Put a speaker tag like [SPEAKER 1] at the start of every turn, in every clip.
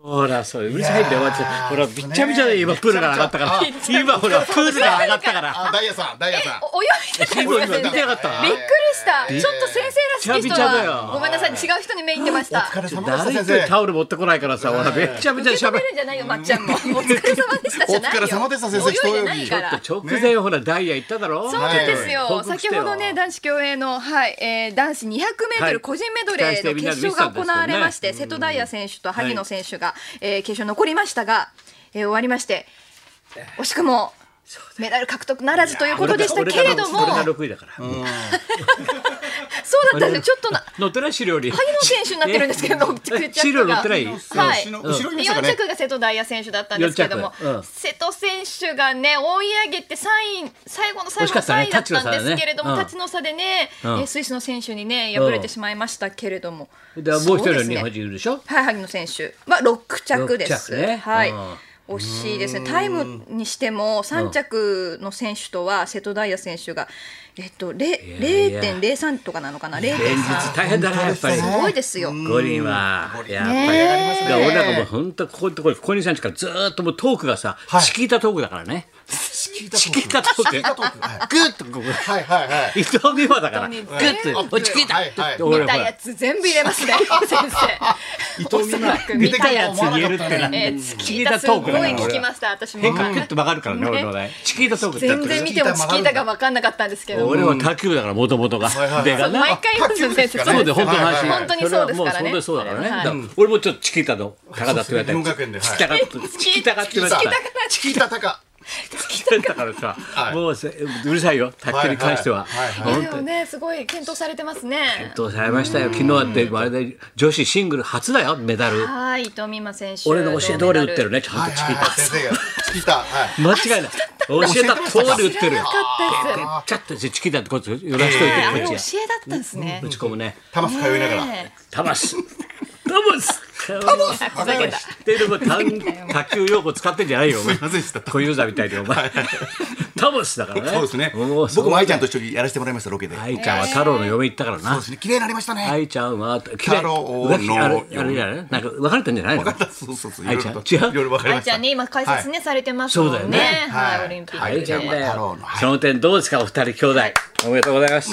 [SPEAKER 1] ほら、それ、うるさいんだよ、マジで。ほら、びっちゃびちゃで今、プールが上がったから。今、ほら、プールが上がったから。
[SPEAKER 2] あダイヤさんダイヤさん
[SPEAKER 3] お泳いでたん
[SPEAKER 1] 今、
[SPEAKER 3] です
[SPEAKER 1] 今見
[SPEAKER 3] よね
[SPEAKER 1] てなかった。
[SPEAKER 3] びっくりした。ちょっと先生らしき
[SPEAKER 1] びちゃび
[SPEAKER 3] 人
[SPEAKER 1] ちゃだよ
[SPEAKER 3] は、ごめんなさい、違う人に目いってました。
[SPEAKER 2] お疲れ様で
[SPEAKER 1] 誰
[SPEAKER 2] し
[SPEAKER 1] 一
[SPEAKER 2] た
[SPEAKER 1] 人
[SPEAKER 2] 先生
[SPEAKER 1] タオル持ってこないからさ、ほら、めっちゃめちゃ
[SPEAKER 3] 受け止
[SPEAKER 1] 喋
[SPEAKER 3] め
[SPEAKER 1] る。
[SPEAKER 3] るんじゃないよ、まっちゃんも。お疲れ様でしたじゃない
[SPEAKER 2] お疲
[SPEAKER 3] よ。
[SPEAKER 2] れ様でした先生
[SPEAKER 3] 泳いでないから。
[SPEAKER 1] 直前、ほら、ダイヤ行っただろ
[SPEAKER 3] そうなんです
[SPEAKER 1] はい
[SPEAKER 3] よ
[SPEAKER 1] 報。告し
[SPEAKER 3] 先
[SPEAKER 1] て
[SPEAKER 3] ほどね、男子競泳の、はい、えー、男子200メー
[SPEAKER 1] は
[SPEAKER 3] ト
[SPEAKER 1] い
[SPEAKER 3] ル個人メドレーの決勝が行われまし
[SPEAKER 1] 期
[SPEAKER 3] て、瀬戸大也選手と萩野選手が、えー決勝残りましたが、えー終わりまして、惜しくも、メダル獲得ならずということでしたけれども、
[SPEAKER 1] 俺
[SPEAKER 3] そう
[SPEAKER 1] が
[SPEAKER 3] だっ
[SPEAKER 1] 6位だから。
[SPEAKER 3] たんですよ。ちょっとな、
[SPEAKER 1] 乗ってない資料に。
[SPEAKER 3] 萩野選手になってるんですけど、
[SPEAKER 1] え資料乗ってない
[SPEAKER 3] はい。
[SPEAKER 2] 後ろ後ろ見ましたか
[SPEAKER 3] 4
[SPEAKER 2] ね
[SPEAKER 3] 着が瀬戸大也選手だったんですけども
[SPEAKER 1] 四、着うん
[SPEAKER 3] 瀬戸選手がね追い上げて3位最後の最後
[SPEAKER 1] 惜し
[SPEAKER 3] の
[SPEAKER 1] かった
[SPEAKER 3] 3
[SPEAKER 1] ね
[SPEAKER 3] 位だったんですけれども、
[SPEAKER 1] タッチ
[SPEAKER 3] 立ちの差でね、
[SPEAKER 1] うん
[SPEAKER 3] えースイスの選手にね敗れてしまいましたけれども、
[SPEAKER 1] だからもう一人の
[SPEAKER 3] そう
[SPEAKER 1] 日
[SPEAKER 3] で
[SPEAKER 1] 本
[SPEAKER 3] すね
[SPEAKER 1] 人いるでしょ
[SPEAKER 3] はい、萩野選手は6着です。
[SPEAKER 1] 六着ね
[SPEAKER 3] はい、
[SPEAKER 1] うん
[SPEAKER 3] 惜しいですね。タイムにしても3着の選手とは瀬戸大也選手が、えっと
[SPEAKER 1] いやいや
[SPEAKER 3] 0.03とかなのかな0.3
[SPEAKER 1] 連日大変だな、やっぱり。
[SPEAKER 3] すごいですよ。
[SPEAKER 1] 五輪は。やっぱり。
[SPEAKER 3] ねえ
[SPEAKER 1] だから俺なんかもう本当ここのところ、ここにさんちからずーっともうトークがさ、
[SPEAKER 2] はい
[SPEAKER 1] チキータトークだからね。
[SPEAKER 2] チキ
[SPEAKER 1] チキータトーク。
[SPEAKER 2] トークはい
[SPEAKER 1] グッとここ。
[SPEAKER 2] はいはいはい
[SPEAKER 1] 伊藤美誠だから。グ
[SPEAKER 3] 伊藤美
[SPEAKER 1] ッと。おチキータ
[SPEAKER 2] はいはい
[SPEAKER 1] って
[SPEAKER 3] 見
[SPEAKER 1] 俺ほ
[SPEAKER 3] た
[SPEAKER 1] ら
[SPEAKER 3] やつ全部入れますね 先生
[SPEAKER 2] 伊藤美誠
[SPEAKER 1] 見たやつ言えるってな
[SPEAKER 3] え
[SPEAKER 1] ん
[SPEAKER 3] ー、
[SPEAKER 1] だ。
[SPEAKER 3] チ
[SPEAKER 1] チ
[SPEAKER 3] キ
[SPEAKER 1] キ
[SPEAKER 3] ー
[SPEAKER 1] ータ
[SPEAKER 3] タす
[SPEAKER 1] トー
[SPEAKER 3] ご
[SPEAKER 1] ク
[SPEAKER 3] い
[SPEAKER 1] だから
[SPEAKER 3] 聞き
[SPEAKER 1] 俺は。
[SPEAKER 3] ました私も
[SPEAKER 1] 変化グッと曲がるからね、俺のね。チキータトークってやっ
[SPEAKER 3] 全
[SPEAKER 1] てる
[SPEAKER 3] 然見てもチキータが分かんなかったんですけど
[SPEAKER 1] 俺は卓球だから、もともとが。でがね
[SPEAKER 3] 毎回言うんですよ先生
[SPEAKER 1] そうで本当の話、
[SPEAKER 2] はいはい
[SPEAKER 3] 本当にそうですから
[SPEAKER 1] それ
[SPEAKER 3] ね
[SPEAKER 1] はもう本当にそうだからね。
[SPEAKER 3] はい
[SPEAKER 1] だから俺もちょっとチキータの高田って言われ
[SPEAKER 2] そ
[SPEAKER 1] た
[SPEAKER 2] うですね文学園ではい
[SPEAKER 1] チキタカってチキタカって言われたから。
[SPEAKER 2] チキータタカ
[SPEAKER 1] チキタカだから
[SPEAKER 2] は
[SPEAKER 1] さ、
[SPEAKER 2] い
[SPEAKER 1] もうせうるさいよ。卓球に関しては。
[SPEAKER 2] はいはい
[SPEAKER 1] 本
[SPEAKER 3] いやで
[SPEAKER 1] 当
[SPEAKER 3] も
[SPEAKER 1] に。
[SPEAKER 3] ねすごい検討されてますね
[SPEAKER 1] どうされましたよ。昨日だってあれで女子シングル初だよメダル。
[SPEAKER 3] はい伊藤美誠選手
[SPEAKER 1] 俺の教え通り打ってる
[SPEAKER 3] ね
[SPEAKER 1] ね。ちゃ
[SPEAKER 2] は
[SPEAKER 1] ん
[SPEAKER 2] い
[SPEAKER 1] とチ
[SPEAKER 2] は
[SPEAKER 1] キ
[SPEAKER 2] い
[SPEAKER 1] ー
[SPEAKER 2] はい
[SPEAKER 1] タ。
[SPEAKER 2] 先生がチキータはい
[SPEAKER 1] 間違いない。教えた通り打ってるよ。
[SPEAKER 3] かったで
[SPEAKER 1] ちゃっとチキータってこっち揺らしとい
[SPEAKER 3] すあ
[SPEAKER 1] て
[SPEAKER 3] れ
[SPEAKER 1] こ
[SPEAKER 3] 教え
[SPEAKER 1] っち
[SPEAKER 3] だ
[SPEAKER 1] や。
[SPEAKER 3] ったんですね
[SPEAKER 1] 打ち込むね。
[SPEAKER 2] 玉す通いながら
[SPEAKER 3] ね
[SPEAKER 1] 魂魂魂
[SPEAKER 3] えふざけた
[SPEAKER 1] ってるの卓球用語使ってんじゃないよお前
[SPEAKER 2] すいませんでした
[SPEAKER 1] 小遊三みたいにお前タモスだからね
[SPEAKER 2] そうですね
[SPEAKER 1] もう
[SPEAKER 2] 僕も愛ちゃんと一緒にやらせてもらいましたロケで
[SPEAKER 1] 愛ちゃんは太郎の嫁行ったから
[SPEAKER 2] そう
[SPEAKER 1] な
[SPEAKER 2] ですね綺麗になりましたね
[SPEAKER 1] 愛ちゃんは綺
[SPEAKER 2] 太郎の
[SPEAKER 1] 浮気あれあれじゃないなんか別れたんじゃないの
[SPEAKER 2] そうそうそうい
[SPEAKER 1] 愛
[SPEAKER 2] ろい
[SPEAKER 1] ちゃん
[SPEAKER 2] ろと
[SPEAKER 1] 違う
[SPEAKER 2] いろいろ分かり
[SPEAKER 3] 愛
[SPEAKER 2] まし
[SPEAKER 3] ち
[SPEAKER 2] た
[SPEAKER 3] ゃんね今解説ねされてます
[SPEAKER 1] そう
[SPEAKER 3] も
[SPEAKER 1] だよ
[SPEAKER 3] ん
[SPEAKER 1] ね
[SPEAKER 3] ねはい
[SPEAKER 2] はい
[SPEAKER 3] オリンピ
[SPEAKER 2] は
[SPEAKER 3] ッ
[SPEAKER 2] い
[SPEAKER 3] ク
[SPEAKER 1] 大変だ
[SPEAKER 2] 太郎
[SPEAKER 1] よ
[SPEAKER 2] のはい
[SPEAKER 1] その点どうですかお二人兄弟おめでとうございます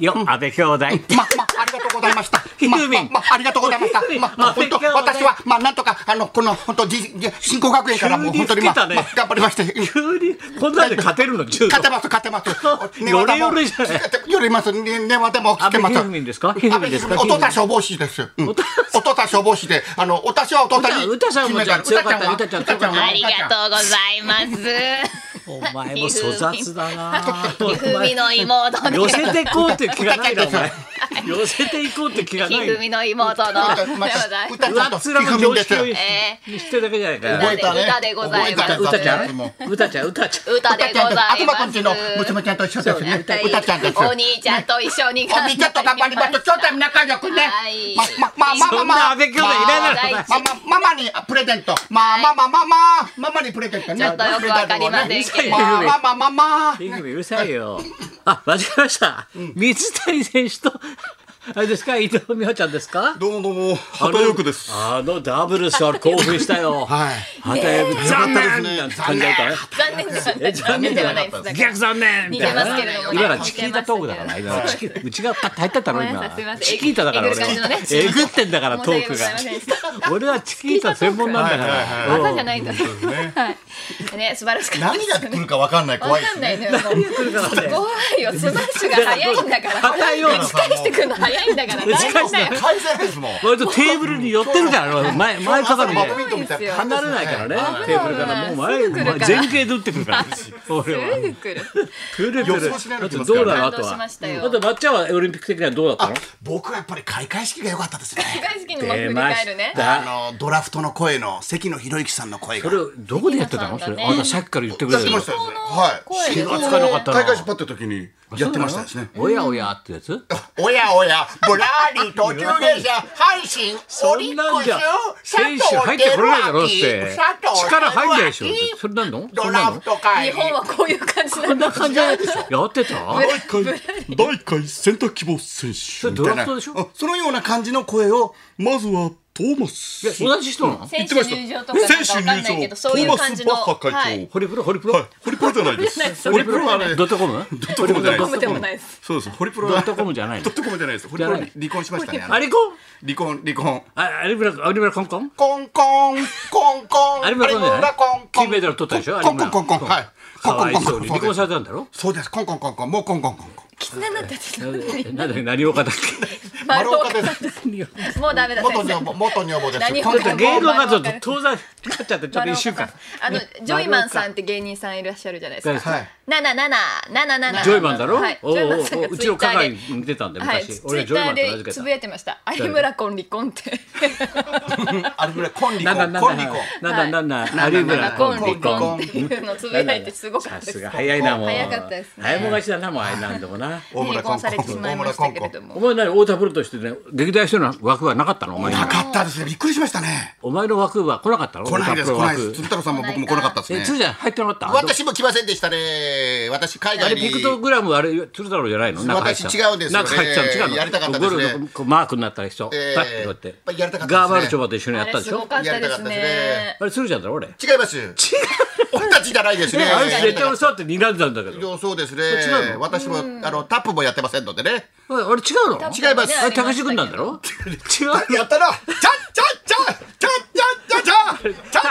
[SPEAKER 1] よ安倍兄弟
[SPEAKER 4] ま、ま、ありがとうございました。ま、
[SPEAKER 1] ひふみん
[SPEAKER 4] ま、まありがとうございました。ま、ま、本当、私は、ま、なんとか、あの、この、本当、じ、じ新興学園からもう本当に、ま、
[SPEAKER 1] 急
[SPEAKER 4] ま
[SPEAKER 1] に老けたね
[SPEAKER 4] 頑張りまして。
[SPEAKER 1] 急にこん なんで勝てるの柔道
[SPEAKER 4] 勝てます、勝てま す。
[SPEAKER 1] よれよれじゃない
[SPEAKER 4] よれます、ね、ねわでも聞けます。
[SPEAKER 1] 安倍ひふみんですかひふみんですか
[SPEAKER 4] 安倍ひふみんお父さん消防士です。うんお父さん消防士で、あの、私はお父さんに。
[SPEAKER 1] うたうたさんもじゃあ
[SPEAKER 4] 決め
[SPEAKER 1] 強かったうたちゃん
[SPEAKER 4] うたちゃんは
[SPEAKER 3] ありがとうございます
[SPEAKER 1] お前も粗雑だな
[SPEAKER 3] ひふみの妹の
[SPEAKER 1] 寄せていこうって気がないなお前寄せていこうって気がな
[SPEAKER 3] ひ
[SPEAKER 1] い
[SPEAKER 3] ふみの妹の
[SPEAKER 4] う
[SPEAKER 3] で
[SPEAKER 4] た
[SPEAKER 3] ご
[SPEAKER 4] ま
[SPEAKER 3] ざい
[SPEAKER 4] あ
[SPEAKER 3] ま
[SPEAKER 4] う
[SPEAKER 3] す
[SPEAKER 4] たちゃん
[SPEAKER 1] 上っ面
[SPEAKER 4] とひ
[SPEAKER 1] の
[SPEAKER 4] ふ
[SPEAKER 1] 常
[SPEAKER 4] みんです。
[SPEAKER 1] 識を
[SPEAKER 4] 覚
[SPEAKER 1] に
[SPEAKER 3] え
[SPEAKER 1] してるだけじゃないか
[SPEAKER 3] 覚
[SPEAKER 1] よ
[SPEAKER 3] え歌でございます
[SPEAKER 4] 覚え
[SPEAKER 1] 歌
[SPEAKER 4] た
[SPEAKER 1] ちゃ
[SPEAKER 4] もうん
[SPEAKER 1] 歌ちゃん歌ちゃん
[SPEAKER 3] 歌でございます。
[SPEAKER 4] あくまくんちの娘ちゃんと一緒ですね。歌ちゃんです。
[SPEAKER 3] お兄ちゃんと一緒に
[SPEAKER 4] おみちょっと頑張りましょう。兄弟仲良くね
[SPEAKER 3] はい。
[SPEAKER 4] ま、ま、ま、ま、
[SPEAKER 1] そ
[SPEAKER 4] ま、
[SPEAKER 1] ん
[SPEAKER 4] ま
[SPEAKER 1] な安倍兄弟いらない
[SPEAKER 3] ま
[SPEAKER 1] だ
[SPEAKER 3] あ
[SPEAKER 4] ママママにプレゼント。まあまあまあまあまあママにプレゼントね。
[SPEAKER 3] ちょっとよくわかりません
[SPEAKER 1] ど
[SPEAKER 3] け
[SPEAKER 4] まあまあまあまあまあ。
[SPEAKER 1] ろひぐみうるさいよあ間違えました水谷選手とあれですか伊藤美穂ちゃんですか
[SPEAKER 2] どうもどうも鳩ヨークです
[SPEAKER 1] あのダブルスは興奮したよ
[SPEAKER 2] はい
[SPEAKER 1] 畑山君残念なんて感じだったね
[SPEAKER 3] 残念ではない。残念ではないです。だから
[SPEAKER 1] 逆残念みたいな
[SPEAKER 3] 似てますけれどもね
[SPEAKER 1] 今のはチキータトークだから今のチキうちがパッと入ったったろ
[SPEAKER 3] ごめんな
[SPEAKER 1] 今
[SPEAKER 3] さいすいませ
[SPEAKER 1] チ
[SPEAKER 3] ん
[SPEAKER 1] キータだから
[SPEAKER 3] えぐ
[SPEAKER 1] 俺
[SPEAKER 3] る感じのね
[SPEAKER 1] はえぐってんだからトーク
[SPEAKER 3] 申し訳ございませんでした
[SPEAKER 1] が俺はチキータ専門なんだか
[SPEAKER 2] はいはい
[SPEAKER 1] ら
[SPEAKER 3] 技じゃないんだね。はい。ね素晴らしかったで
[SPEAKER 2] 何
[SPEAKER 3] す
[SPEAKER 2] が
[SPEAKER 3] よ
[SPEAKER 2] 来
[SPEAKER 3] ね。
[SPEAKER 2] るか分かんない怖
[SPEAKER 3] わ
[SPEAKER 2] いで
[SPEAKER 3] か
[SPEAKER 2] す
[SPEAKER 3] ん
[SPEAKER 2] ね
[SPEAKER 3] ないのよ。もう怖いよ。スマッシュが早いんだから。
[SPEAKER 1] 硬いよ
[SPEAKER 3] 打ち返してくるの早いんだから。
[SPEAKER 1] 打ち返すの
[SPEAKER 3] 大変だよ。
[SPEAKER 2] 返せないですもん
[SPEAKER 1] 割とテーブルに寄ってるから前前かかる
[SPEAKER 2] 朝の
[SPEAKER 1] ね
[SPEAKER 2] バドミントンみたいな
[SPEAKER 1] 離れないからねテーブルからもう前
[SPEAKER 3] すぐ来るから
[SPEAKER 1] 前傾で打ってくるから俺は
[SPEAKER 3] すぐ来る。
[SPEAKER 1] くるくる
[SPEAKER 2] 予想しないで
[SPEAKER 1] あ
[SPEAKER 2] 来ます
[SPEAKER 1] と
[SPEAKER 2] か
[SPEAKER 1] どう
[SPEAKER 2] らね
[SPEAKER 1] なのあと
[SPEAKER 3] 感動し
[SPEAKER 1] は
[SPEAKER 3] ましたよ
[SPEAKER 1] あとまっちゃんはオリンピック的にはどうだったの
[SPEAKER 2] 僕はやっぱり開会式が良かったですね
[SPEAKER 3] 世界式にも振り返るね。
[SPEAKER 1] た
[SPEAKER 2] あのドラフトの声の関野博之さんの声
[SPEAKER 1] そ
[SPEAKER 2] が
[SPEAKER 1] れどこでやってたのそれあなたさっきから言ってくれ
[SPEAKER 2] やってて
[SPEAKER 1] る
[SPEAKER 2] ま
[SPEAKER 1] よ
[SPEAKER 2] したですね
[SPEAKER 3] 声で
[SPEAKER 2] はい
[SPEAKER 1] 気がつかなかったな
[SPEAKER 2] 開会式パッて時にやってましたですね
[SPEAKER 1] おやおやってやつ
[SPEAKER 4] おやおや、ぶらり途中下車、阪神、オリックス、
[SPEAKER 1] 選手入ってこれないだろうって
[SPEAKER 4] 佐藤
[SPEAKER 1] 力入んないでしょ
[SPEAKER 4] 輝明
[SPEAKER 1] それなんのそ
[SPEAKER 4] ド
[SPEAKER 1] んな
[SPEAKER 4] ラ
[SPEAKER 1] の
[SPEAKER 4] フト会
[SPEAKER 3] 日
[SPEAKER 4] 議。
[SPEAKER 3] 本はこういう感じなんだ。
[SPEAKER 1] 感じやってた
[SPEAKER 2] 第1回第1回選択希望選手
[SPEAKER 1] れドラフトでしょ
[SPEAKER 2] うんそのような感じの声をまずは
[SPEAKER 4] トーマス
[SPEAKER 1] え同じ人なの
[SPEAKER 4] 言
[SPEAKER 3] 選
[SPEAKER 4] って
[SPEAKER 3] 手
[SPEAKER 4] ました
[SPEAKER 3] 入場とかなんかわかんないけど、そういう感じの。
[SPEAKER 4] トーマスバッハ
[SPEAKER 3] は
[SPEAKER 4] 会
[SPEAKER 3] い。
[SPEAKER 4] 長
[SPEAKER 1] ホリプロホリプロ、
[SPEAKER 4] はいホリプロじゃないで
[SPEAKER 3] ホリプロじゃないです
[SPEAKER 4] すホリプロはね
[SPEAKER 1] ドットコムド
[SPEAKER 4] ットコムじゃない
[SPEAKER 3] コムでもないです。
[SPEAKER 4] そうですホリプロ
[SPEAKER 1] ド
[SPEAKER 4] は
[SPEAKER 1] ットコムじゃない
[SPEAKER 4] ド
[SPEAKER 1] の
[SPEAKER 4] ットコムじゃないですホリ
[SPEAKER 1] じゃ
[SPEAKER 4] プ
[SPEAKER 1] な
[SPEAKER 4] ロ
[SPEAKER 1] い
[SPEAKER 4] 離婚しましたねあの
[SPEAKER 1] あれこ
[SPEAKER 4] 離婚離婚
[SPEAKER 1] あ有村有村コンコン
[SPEAKER 4] コンコンコンコン
[SPEAKER 1] 有村コンじゃない
[SPEAKER 4] コンコン
[SPEAKER 1] 金メダル取ったでしょ
[SPEAKER 4] コンコンコンコン
[SPEAKER 1] 有村
[SPEAKER 4] はい
[SPEAKER 1] かわい
[SPEAKER 4] コンコ
[SPEAKER 1] そ
[SPEAKER 4] ンコ
[SPEAKER 1] う
[SPEAKER 4] ン
[SPEAKER 1] に
[SPEAKER 4] コン
[SPEAKER 1] 離婚されたんだろ
[SPEAKER 4] そうですコンコンコンコンもうコンコンコンコン
[SPEAKER 3] 狐になったって
[SPEAKER 1] なんでなんだっけ何岡だっ
[SPEAKER 4] 丸岡です
[SPEAKER 3] す。もうダメだ。
[SPEAKER 4] 元
[SPEAKER 3] 先
[SPEAKER 4] 女
[SPEAKER 3] 生
[SPEAKER 4] 房元女房です
[SPEAKER 3] 何を
[SPEAKER 4] コ
[SPEAKER 1] け
[SPEAKER 4] ンコン
[SPEAKER 1] ちょっと芸能活動と遠ざかっちゃってちょっと
[SPEAKER 3] 丸
[SPEAKER 1] 一
[SPEAKER 3] 岡さ
[SPEAKER 1] 週間
[SPEAKER 3] んあの
[SPEAKER 1] ね
[SPEAKER 3] ジョイマンさんって芸人さんいらっしゃるじゃないです
[SPEAKER 1] 丸
[SPEAKER 3] か。
[SPEAKER 1] 岡
[SPEAKER 4] はい
[SPEAKER 3] なななななななな。
[SPEAKER 1] ジョイマンだろ、
[SPEAKER 3] はい。ジ
[SPEAKER 1] おう
[SPEAKER 3] ョイ
[SPEAKER 1] お
[SPEAKER 3] マ
[SPEAKER 1] う
[SPEAKER 3] ンさん
[SPEAKER 1] お
[SPEAKER 3] が
[SPEAKER 1] ううちの
[SPEAKER 3] ツイッター
[SPEAKER 1] 係
[SPEAKER 3] で
[SPEAKER 1] に出たんだよ
[SPEAKER 3] はい、
[SPEAKER 1] 昔、
[SPEAKER 3] ツイ
[SPEAKER 1] 俺
[SPEAKER 3] ッ
[SPEAKER 1] ジョイ
[SPEAKER 3] タ
[SPEAKER 1] マ
[SPEAKER 3] ー
[SPEAKER 1] ンと名
[SPEAKER 3] で
[SPEAKER 1] 付け
[SPEAKER 3] つ
[SPEAKER 1] た
[SPEAKER 3] ぶやいてました。有村婚離婚って。
[SPEAKER 4] あれぐらいコン離
[SPEAKER 1] な
[SPEAKER 4] 婚
[SPEAKER 1] んだ
[SPEAKER 4] コ
[SPEAKER 1] な
[SPEAKER 4] ン
[SPEAKER 1] んだ
[SPEAKER 4] 離婚
[SPEAKER 1] なんだなんだ有
[SPEAKER 3] 有
[SPEAKER 1] 村
[SPEAKER 3] 村
[SPEAKER 1] コ
[SPEAKER 3] 婚
[SPEAKER 1] ン
[SPEAKER 3] 離
[SPEAKER 1] 離婚
[SPEAKER 3] 婚っていうのをつぶやいてすごかっ
[SPEAKER 1] さ
[SPEAKER 3] たですす。
[SPEAKER 1] が早いなもう
[SPEAKER 3] 早かったですね
[SPEAKER 1] 早いもん勝ちだなもうあれなんでもな
[SPEAKER 4] 大村
[SPEAKER 3] 離
[SPEAKER 4] コ
[SPEAKER 3] 婚
[SPEAKER 4] ンコ
[SPEAKER 3] さ
[SPEAKER 4] ン
[SPEAKER 3] れてしまいましたけれど
[SPEAKER 1] お
[SPEAKER 3] も。
[SPEAKER 1] 前何太田プロとしてね劇団しての枠はなかったのお前に
[SPEAKER 4] なかったですねびっくりしましたね
[SPEAKER 1] お前の枠は来なかったの
[SPEAKER 4] 来ないです来ないです
[SPEAKER 1] 枠
[SPEAKER 4] 鶴太郎さんも僕も来なかったです
[SPEAKER 1] え
[SPEAKER 4] ね
[SPEAKER 1] つーちゃん入ってなかった
[SPEAKER 4] 私も来ませんでしたね私海
[SPEAKER 1] あ
[SPEAKER 4] 外
[SPEAKER 1] れ
[SPEAKER 4] に
[SPEAKER 1] ピクトグラムあれ鶴太郎じゃないの中入ってた
[SPEAKER 4] 私違うんですよね
[SPEAKER 1] 中入ってたの違うの
[SPEAKER 4] やりたかったですね
[SPEAKER 1] ゴルフのこうマークになった人パ
[SPEAKER 4] ええ
[SPEAKER 1] ッてこうやっ
[SPEAKER 4] やっぱりやりた
[SPEAKER 1] て
[SPEAKER 4] かったですね
[SPEAKER 1] ガーバルチョバと一緒にやっ
[SPEAKER 3] あ
[SPEAKER 1] た
[SPEAKER 3] れ
[SPEAKER 1] ですしょ
[SPEAKER 3] ごかった
[SPEAKER 4] やりた
[SPEAKER 3] で
[SPEAKER 4] かっ
[SPEAKER 3] す
[SPEAKER 4] たです
[SPEAKER 3] ね
[SPEAKER 4] ね。
[SPEAKER 1] あれ鶴ちゃんだろ俺
[SPEAKER 4] 違います違う俺たちじゃないですね
[SPEAKER 1] あいつ絶対俺そうやって睨んでたんだけど
[SPEAKER 4] そうです
[SPEAKER 1] 違う
[SPEAKER 4] ね
[SPEAKER 1] の
[SPEAKER 4] 私もあのタップもやってませんのでね
[SPEAKER 1] あれ違うの
[SPEAKER 4] 違います
[SPEAKER 1] あれ高橋君なんだ ろ違う
[SPEAKER 4] やったなちゃんちゃんちゃんちゃんちゃんちゃんちゃんちゃん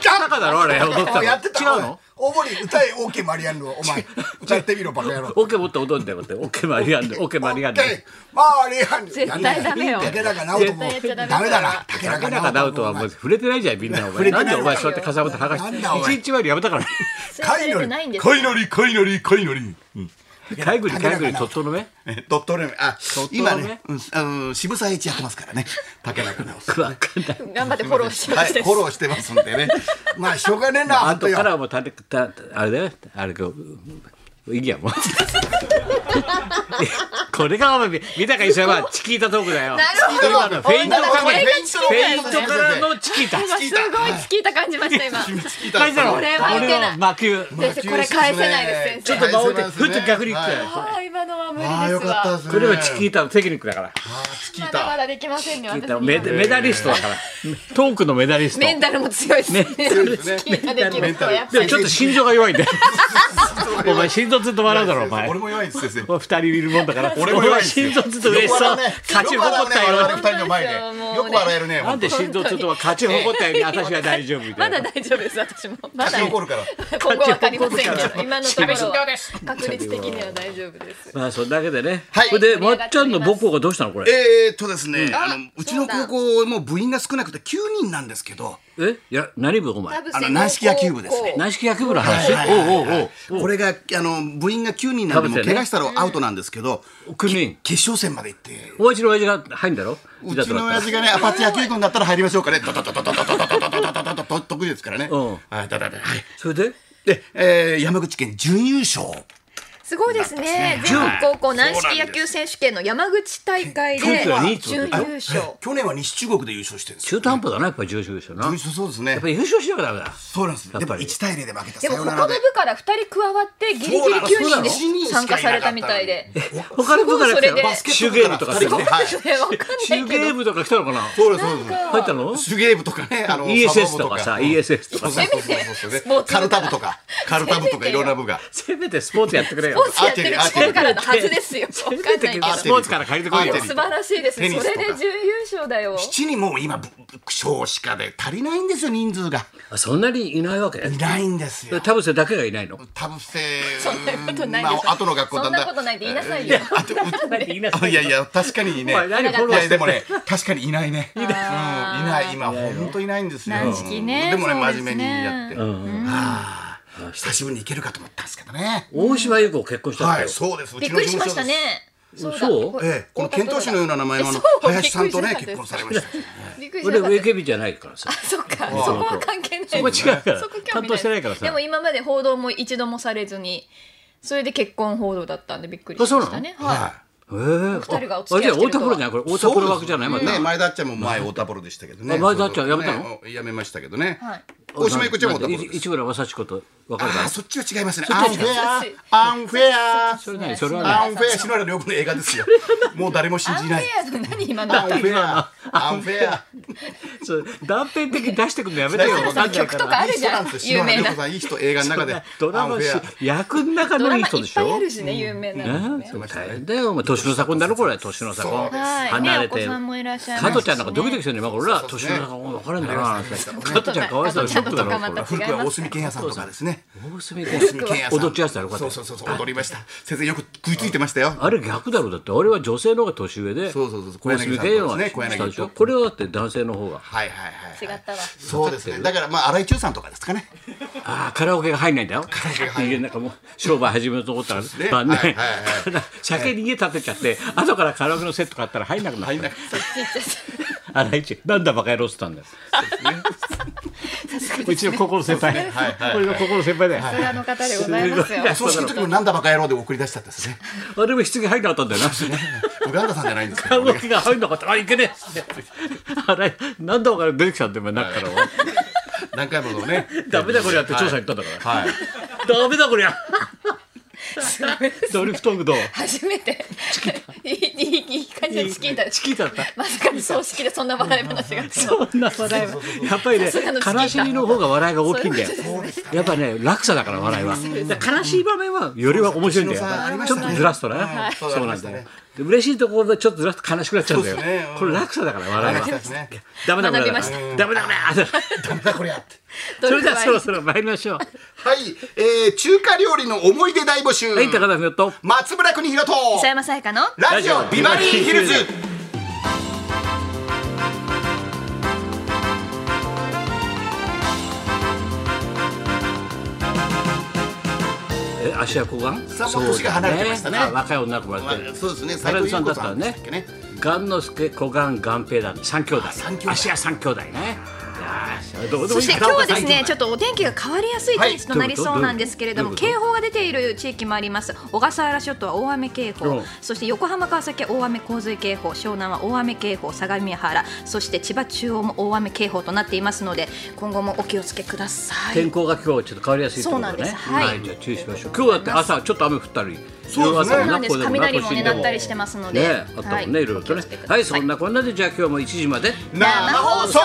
[SPEAKER 4] ちゃ
[SPEAKER 1] タ
[SPEAKER 4] ん
[SPEAKER 1] カだろあれ踊ってたの
[SPEAKER 4] おやってた
[SPEAKER 1] 違うの
[SPEAKER 4] おい大森歌え OK マリアンヌをお前歌ってみろバカ野郎
[SPEAKER 1] オケ持って踊んだよ待ってオケマリアンで オケマリアンで
[SPEAKER 4] OK マリアンヌ
[SPEAKER 3] 絶対ダメよ
[SPEAKER 4] 竹中直人も
[SPEAKER 3] 絶対やっちゃダメ
[SPEAKER 4] ダメだな竹
[SPEAKER 1] 竹中直
[SPEAKER 4] 中直人
[SPEAKER 1] 人
[SPEAKER 4] も
[SPEAKER 1] は
[SPEAKER 4] お
[SPEAKER 1] も
[SPEAKER 4] 前
[SPEAKER 1] う触れてないじゃんみんなお前
[SPEAKER 4] れ
[SPEAKER 1] な
[SPEAKER 4] て
[SPEAKER 1] ん
[SPEAKER 4] ない
[SPEAKER 1] でお前そうやって風間高橋
[SPEAKER 4] なんだお前
[SPEAKER 1] 一日前にやめたからね
[SPEAKER 4] 貝のり
[SPEAKER 3] ないんです
[SPEAKER 4] 貝のり貝のり貝のりうん
[SPEAKER 1] 海軍に海軍に鳥取の目
[SPEAKER 4] えドットレムあ
[SPEAKER 1] ト
[SPEAKER 4] 今
[SPEAKER 1] レム
[SPEAKER 4] ねうんあの渋沢栄一やってますからね竹中直人
[SPEAKER 1] わかんない
[SPEAKER 3] 頑張ってフォローしてま
[SPEAKER 4] は
[SPEAKER 3] し
[SPEAKER 4] い、
[SPEAKER 3] た
[SPEAKER 4] フ
[SPEAKER 3] し
[SPEAKER 4] ォローしてますんでね。まあ、しょうがねえな、
[SPEAKER 1] あ
[SPEAKER 4] 本当
[SPEAKER 1] と
[SPEAKER 4] よ
[SPEAKER 1] か。らもうたてたあれだよあれこういいやもう これがお前見たか石山チキータトークだよ
[SPEAKER 3] な
[SPEAKER 1] チキー
[SPEAKER 3] る
[SPEAKER 1] タ
[SPEAKER 3] ほ
[SPEAKER 1] トーク
[SPEAKER 3] ど。
[SPEAKER 1] フェイント
[SPEAKER 3] こ
[SPEAKER 1] か
[SPEAKER 3] れ
[SPEAKER 1] け
[SPEAKER 3] が
[SPEAKER 1] フ
[SPEAKER 3] チキ
[SPEAKER 1] ェイン
[SPEAKER 3] ータです
[SPEAKER 1] ト
[SPEAKER 3] ね。
[SPEAKER 1] からのチキータ
[SPEAKER 3] すごいチキータ感じました今。
[SPEAKER 4] 聞いた
[SPEAKER 1] 大事だろ
[SPEAKER 3] これはいけない
[SPEAKER 1] 俺の魔球
[SPEAKER 3] 先生これ返せないです
[SPEAKER 1] ちょ
[SPEAKER 3] 先
[SPEAKER 1] っ
[SPEAKER 3] 生。
[SPEAKER 1] と間を置いてふっと逆に行くから
[SPEAKER 3] ああ今のは無
[SPEAKER 4] ああ、
[SPEAKER 3] 理
[SPEAKER 4] よ
[SPEAKER 3] です
[SPEAKER 4] かった
[SPEAKER 3] わ
[SPEAKER 4] で。すね。
[SPEAKER 1] これはチキータのテクニックだから
[SPEAKER 4] 聞い
[SPEAKER 3] まだま
[SPEAKER 4] た。
[SPEAKER 3] だできませんね私には。
[SPEAKER 1] メメダリストだからトークのメダリスト
[SPEAKER 3] メンタルも強いですね。チキータできるとやっぱ
[SPEAKER 1] でも
[SPEAKER 3] り
[SPEAKER 1] ちょっと心臓が弱いんだよお前心臓ずっと笑うだろお前
[SPEAKER 4] 俺も弱いです、先生。
[SPEAKER 1] お前二人いるもんだから
[SPEAKER 4] 俺も弱いです
[SPEAKER 1] お前心臓ずっと嬉しそう
[SPEAKER 4] よく笑うね
[SPEAKER 1] 勝ち誇った
[SPEAKER 4] よく
[SPEAKER 1] よ
[SPEAKER 4] 笑うね我々二人の前で。よく笑える ね。
[SPEAKER 1] なんで心臓ずっと勝ち誇ったよう に私は大丈夫みた
[SPEAKER 3] ま
[SPEAKER 1] いな
[SPEAKER 3] だ大丈夫です私も。まだ
[SPEAKER 4] 立ち怒るから。
[SPEAKER 3] 今後わかりませんけど今のところ
[SPEAKER 1] 心臓
[SPEAKER 3] は確率的には大丈夫です。
[SPEAKER 1] まあそんだけでね
[SPEAKER 4] はい
[SPEAKER 1] これでまっちゃんの母校がどうしたのこれ
[SPEAKER 2] えーっとですね、あのうちの
[SPEAKER 3] そうだ
[SPEAKER 2] 高校もう部員が少なくて9人なんですけど
[SPEAKER 1] えいや何部お前
[SPEAKER 3] 田臥
[SPEAKER 2] あの軟式野球部ですね
[SPEAKER 1] 軟式野球部の話
[SPEAKER 2] はい
[SPEAKER 1] おうおうおう
[SPEAKER 2] これがあの部員が9人なんでもう怪我したらアウトなんですけど、
[SPEAKER 1] お9人
[SPEAKER 2] 決勝戦まで行って
[SPEAKER 1] おうちの親父が入んだろ
[SPEAKER 4] うちの親父がね、アパッチ野球部になったら入りましょうかね。ドドドドドドドドドドドドド得意ですからね。はい、だだだ。はい。
[SPEAKER 1] それで
[SPEAKER 2] で、えー山口県準優勝
[SPEAKER 3] すごいですね。全国高校軟式野球選手権の山口大会
[SPEAKER 1] そうで
[SPEAKER 3] です
[SPEAKER 1] よニーツ
[SPEAKER 3] 準優勝。
[SPEAKER 2] 去年は西中国で優勝してるんですよ
[SPEAKER 1] 中途半端だなやっぱり重賞優勝なや
[SPEAKER 4] 優勝そうです
[SPEAKER 1] っ
[SPEAKER 4] ね
[SPEAKER 1] ぱ。り優勝しなきゃダメだ
[SPEAKER 2] そうなんです
[SPEAKER 1] や
[SPEAKER 2] や
[SPEAKER 1] っ
[SPEAKER 2] っ
[SPEAKER 1] ぱ
[SPEAKER 2] ぱ
[SPEAKER 1] り
[SPEAKER 2] 1対0で負けた
[SPEAKER 3] でも
[SPEAKER 2] サヨナ
[SPEAKER 3] 他の
[SPEAKER 2] ラ
[SPEAKER 3] 部
[SPEAKER 2] で
[SPEAKER 3] から二人加わってギリギリ9人で参加されたみたいで。
[SPEAKER 1] 他の部から来たの
[SPEAKER 3] そうそれで
[SPEAKER 1] シュゲームとか来たの
[SPEAKER 4] バ
[SPEAKER 3] それわかん
[SPEAKER 1] シ
[SPEAKER 3] ない
[SPEAKER 1] ュ
[SPEAKER 3] け
[SPEAKER 1] ゲ
[SPEAKER 3] ど
[SPEAKER 1] ー。ムとか来たのかな
[SPEAKER 4] そうです、そうです。
[SPEAKER 1] 入ったの
[SPEAKER 4] 手芸部とかね、あの、
[SPEAKER 1] ESS とかさ ESS とか
[SPEAKER 4] そう
[SPEAKER 1] さ
[SPEAKER 4] そうそうそう。カルタ部とか、カルタ部とかいろんな部が。
[SPEAKER 1] せめてスポーツやってくれよ
[SPEAKER 3] スポーツやってるところからのはずですよ。
[SPEAKER 1] せ
[SPEAKER 3] わかん
[SPEAKER 1] め
[SPEAKER 3] ない
[SPEAKER 1] て
[SPEAKER 3] けど。
[SPEAKER 1] スポーツから借りてこいよ
[SPEAKER 4] アーテ
[SPEAKER 3] 素晴らしいです。そ
[SPEAKER 4] テニスと
[SPEAKER 3] れ
[SPEAKER 4] か
[SPEAKER 3] で準優勝だよ。
[SPEAKER 4] 七人もう今ぶ少子化で足りないんですよ人数が
[SPEAKER 1] あそんなにいないわけ
[SPEAKER 4] いないんですよ
[SPEAKER 1] 田臥だけがいないの
[SPEAKER 4] 多分せ
[SPEAKER 3] そんなことない
[SPEAKER 4] ま
[SPEAKER 3] です。
[SPEAKER 4] あ後の学校
[SPEAKER 3] そ
[SPEAKER 4] だん
[SPEAKER 3] んな
[SPEAKER 4] だ
[SPEAKER 3] ことないって言いなさい
[SPEAKER 4] い
[SPEAKER 3] よ
[SPEAKER 4] や。あとう
[SPEAKER 1] なんで言いなさ
[SPEAKER 4] あ
[SPEAKER 1] い
[SPEAKER 4] いやいや確かにねい
[SPEAKER 1] お前
[SPEAKER 4] や
[SPEAKER 1] 何フォローして
[SPEAKER 4] でもね確かにいないねいないいない今本当いないんですよ
[SPEAKER 3] 軟式ね
[SPEAKER 4] でもね
[SPEAKER 3] そうです
[SPEAKER 4] 真
[SPEAKER 3] ね
[SPEAKER 4] 面目にやってああ久しぶりに行けるかと思ったんですけどね
[SPEAKER 1] 大島優子結婚しちゃった
[SPEAKER 4] は
[SPEAKER 1] よ
[SPEAKER 4] いそうですう
[SPEAKER 3] びっ
[SPEAKER 4] ち
[SPEAKER 3] く
[SPEAKER 4] の
[SPEAKER 3] り
[SPEAKER 4] 事
[SPEAKER 3] し
[SPEAKER 4] 務所
[SPEAKER 3] ました
[SPEAKER 4] です
[SPEAKER 3] ね。そうだ
[SPEAKER 1] そう
[SPEAKER 4] ええこの遣唐使のような名前のあの
[SPEAKER 3] そう
[SPEAKER 4] 林さんとね
[SPEAKER 3] びっく
[SPEAKER 4] 結
[SPEAKER 3] りしま
[SPEAKER 4] 婚
[SPEAKER 3] した
[SPEAKER 4] されました
[SPEAKER 3] びっくりし
[SPEAKER 1] そ
[SPEAKER 3] な
[SPEAKER 1] れ
[SPEAKER 3] かった。
[SPEAKER 1] AKB じゃないからさ
[SPEAKER 3] そっか、そこは関係ない。そ
[SPEAKER 1] こは違うから
[SPEAKER 3] そこ興味ない
[SPEAKER 1] 担当してないからさ
[SPEAKER 3] でも今まで報道も一度もされずに、それで結婚報道だったんでびっくりしましたね。は
[SPEAKER 4] は
[SPEAKER 1] へえあ
[SPEAKER 3] 二人がお
[SPEAKER 1] あ
[SPEAKER 3] 付
[SPEAKER 1] れ
[SPEAKER 3] き
[SPEAKER 1] じゃ
[SPEAKER 3] 合
[SPEAKER 1] あ
[SPEAKER 3] い
[SPEAKER 1] 太
[SPEAKER 3] してると
[SPEAKER 1] 田プロじゃないこれ太田プロ枠じゃないまた
[SPEAKER 4] ね前田っちゃんも前太田プロでしたけどね
[SPEAKER 1] あ前田っちゃんやめたの
[SPEAKER 4] ねやめましたけどね
[SPEAKER 3] はい
[SPEAKER 4] 大島優子ちゃんも
[SPEAKER 1] だ
[SPEAKER 4] 太田プロです
[SPEAKER 1] 市村正彦とわかる
[SPEAKER 4] あ
[SPEAKER 1] か
[SPEAKER 4] あ、そっちは違いますね。
[SPEAKER 1] っ
[SPEAKER 4] ア
[SPEAKER 1] ちは
[SPEAKER 4] ン
[SPEAKER 1] 違
[SPEAKER 4] フ
[SPEAKER 1] う
[SPEAKER 4] ェア、アンフェア。
[SPEAKER 1] それ何それは
[SPEAKER 4] ア
[SPEAKER 1] 何
[SPEAKER 4] ンフェア、篠原涼子の映画ですよ。もう誰も信
[SPEAKER 3] アン
[SPEAKER 4] じ
[SPEAKER 3] フ
[SPEAKER 4] な
[SPEAKER 3] ェ
[SPEAKER 4] い。
[SPEAKER 3] アの何今の
[SPEAKER 4] アンフェア、アンフェア。
[SPEAKER 1] そう断片的に出してくるのやめてよ
[SPEAKER 4] そ
[SPEAKER 1] わ
[SPEAKER 4] うそう
[SPEAKER 1] かんない
[SPEAKER 3] 曲
[SPEAKER 1] か
[SPEAKER 3] とからあるじゃん有
[SPEAKER 4] 篠原
[SPEAKER 3] 名
[SPEAKER 4] 涼
[SPEAKER 3] な
[SPEAKER 4] 子さん、いい人、映画の中で。
[SPEAKER 1] ドラ
[SPEAKER 4] アン
[SPEAKER 1] マ
[SPEAKER 4] フ
[SPEAKER 1] し
[SPEAKER 4] ェア。
[SPEAKER 1] 役の中
[SPEAKER 3] ド
[SPEAKER 1] の
[SPEAKER 3] ラ
[SPEAKER 1] いい
[SPEAKER 3] マい
[SPEAKER 1] 人で
[SPEAKER 3] っ
[SPEAKER 1] し
[SPEAKER 3] ぱい
[SPEAKER 1] ょ
[SPEAKER 3] あるしね有名なの
[SPEAKER 1] ね
[SPEAKER 3] ね
[SPEAKER 1] そう大変だよお前年の差婚だろこれ年の差婚
[SPEAKER 4] そう
[SPEAKER 3] はい
[SPEAKER 1] 離れ
[SPEAKER 3] ねお
[SPEAKER 1] て
[SPEAKER 3] 子さんもいらっしゃい
[SPEAKER 1] 加
[SPEAKER 3] ますしね
[SPEAKER 1] トちゃんなんかドキドキするね今俺ら
[SPEAKER 4] そうそう
[SPEAKER 1] 年
[SPEAKER 4] そう
[SPEAKER 1] の差婚分からんだななんて加
[SPEAKER 4] 加
[SPEAKER 1] ト
[SPEAKER 3] ト
[SPEAKER 1] ち
[SPEAKER 3] ち
[SPEAKER 1] ゃ
[SPEAKER 3] ゃ
[SPEAKER 1] ん
[SPEAKER 3] ん
[SPEAKER 1] かわいそうだショックだろ
[SPEAKER 3] 加トちゃんとかま
[SPEAKER 1] こ
[SPEAKER 3] た
[SPEAKER 4] 古くは大隅健也さんとかですね。
[SPEAKER 1] れ大隅健
[SPEAKER 4] 大隅健也さん。
[SPEAKER 1] 踊っちゃうやつだろこうや
[SPEAKER 4] そう
[SPEAKER 1] って
[SPEAKER 4] そうそうそう、踊りました。先生よく食いついてましたよ。
[SPEAKER 1] あれ逆だろだって俺は女性の方が年上で
[SPEAKER 4] そうそうそうそう
[SPEAKER 1] 大隅健也は
[SPEAKER 4] 小柳さんと
[SPEAKER 1] 下
[SPEAKER 4] かね
[SPEAKER 1] でしょ
[SPEAKER 4] 小柳と
[SPEAKER 1] これはだって男性の方が
[SPEAKER 4] はいはいはい。
[SPEAKER 3] 違ったわ
[SPEAKER 4] そうですね。だからまあ荒井中さんとかですかね。
[SPEAKER 1] ああカラオケが入んないんだよ。いや なんかもう商売始めようと思ったら
[SPEAKER 4] ね
[SPEAKER 1] 晩ね
[SPEAKER 4] はいはいはい
[SPEAKER 1] だから酒に家建てちゃって後からカラオケのセット買ったら入んなくなっ
[SPEAKER 4] 入ん
[SPEAKER 1] た
[SPEAKER 4] なく。
[SPEAKER 1] あらいちなんだバカ野郎っつったんだよ。うちの心先輩、
[SPEAKER 4] はいはいはい
[SPEAKER 1] これの心先輩だよ。
[SPEAKER 3] それあの方でございますよ
[SPEAKER 4] お葬式の時もなんだバカ野郎で送り出しちゃったんですね。
[SPEAKER 1] あれも棺入んなかったんだよな。
[SPEAKER 4] ウガンダさんじゃないんですけ
[SPEAKER 1] カ
[SPEAKER 4] ど
[SPEAKER 1] ラオ。ケが入んなかった。あいけねえっつって。あれなんだバカ野郎出てきたんだよお前中から。
[SPEAKER 4] 何回ものね。
[SPEAKER 1] ダメだこりゃって調査行ったんだから。
[SPEAKER 4] はい。
[SPEAKER 1] ダメだこりゃ。
[SPEAKER 3] すごい
[SPEAKER 1] ドリフトングと
[SPEAKER 3] 初めていいいいいい感じのチキンだ
[SPEAKER 1] チキータだった。
[SPEAKER 3] まさかの葬式でそんな笑い話があったの
[SPEAKER 1] そんな笑いはやっぱりね
[SPEAKER 3] さすがのチキータ
[SPEAKER 1] 悲しみの方が笑いが大きいんだよ
[SPEAKER 3] そういう
[SPEAKER 1] やっぱね落差だから笑いはだから悲しい場面はよりは面白いんだよ
[SPEAKER 4] そうそう
[SPEAKER 1] やっぱりち
[SPEAKER 4] そ
[SPEAKER 1] ょ
[SPEAKER 4] う
[SPEAKER 1] っ
[SPEAKER 4] そう
[SPEAKER 1] とずらすとね
[SPEAKER 4] はいそう
[SPEAKER 1] そう
[SPEAKER 4] あ
[SPEAKER 1] なん
[SPEAKER 4] りました
[SPEAKER 1] だ
[SPEAKER 4] ね
[SPEAKER 1] よで嬉しいところでちょっとずらすと悲しくなっちゃうんだよ
[SPEAKER 4] そうですねうん
[SPEAKER 1] これ落差だから笑いは
[SPEAKER 4] そうですね
[SPEAKER 1] ダメだこれ
[SPEAKER 3] 学び
[SPEAKER 1] だ
[SPEAKER 3] ました
[SPEAKER 1] ダメだこ れ
[SPEAKER 4] ダメだこりゃって。
[SPEAKER 3] ド
[SPEAKER 1] そ
[SPEAKER 3] ル
[SPEAKER 1] れ
[SPEAKER 3] フ
[SPEAKER 1] で
[SPEAKER 3] は
[SPEAKER 1] はそろそろ参りましょう
[SPEAKER 4] はい、えー、中華料理の思い出大募集。
[SPEAKER 1] はい高田文夫と
[SPEAKER 4] 松村邦弘と。
[SPEAKER 3] 磯山さやかの
[SPEAKER 4] ラジオビバリーヒルズ。
[SPEAKER 1] え足は小顔
[SPEAKER 4] さあもう年が離れてましたね
[SPEAKER 1] そうだあ若い女の子もらって
[SPEAKER 4] まあそうですね。
[SPEAKER 1] タ
[SPEAKER 4] 斉
[SPEAKER 1] レント
[SPEAKER 4] 藤
[SPEAKER 1] さ
[SPEAKER 4] 優
[SPEAKER 1] んだ
[SPEAKER 4] 子
[SPEAKER 1] った
[SPEAKER 4] さ
[SPEAKER 1] ら
[SPEAKER 4] んで
[SPEAKER 1] ね
[SPEAKER 4] したっけね。
[SPEAKER 1] 雁之助小雁雁平だ三兄弟
[SPEAKER 4] 三兄弟
[SPEAKER 1] 芦屋三兄弟ねよしどうでもい
[SPEAKER 3] そ
[SPEAKER 1] い
[SPEAKER 3] して今日はで すねちょっとお天気が変わりやすい天気となりそうなんですけれども、
[SPEAKER 1] はいどういう
[SPEAKER 3] 警報が出ている地域もあります小笠原諸島は大雨警報、
[SPEAKER 1] うん
[SPEAKER 3] そして横浜川崎は大雨洪水警報湘南は大雨警報相模原そして千葉中央も大雨警報となっていますので今後もお気をつけください
[SPEAKER 1] 天候が今日ちょっと変わりやすいってこと
[SPEAKER 3] そうなん
[SPEAKER 1] ね
[SPEAKER 3] ですはい
[SPEAKER 1] じゃあ注意しましょう今日だって朝ちょっと雨降ったりそう
[SPEAKER 4] ですね
[SPEAKER 3] そうなんです雷もね鳴ったりしてますので
[SPEAKER 1] ねあったもんね
[SPEAKER 3] はい
[SPEAKER 1] いろいろと
[SPEAKER 3] お気をつ
[SPEAKER 1] ね
[SPEAKER 3] けくださ
[SPEAKER 1] はいいそんなこんなでじゃあ今日も1時まで
[SPEAKER 4] 生放送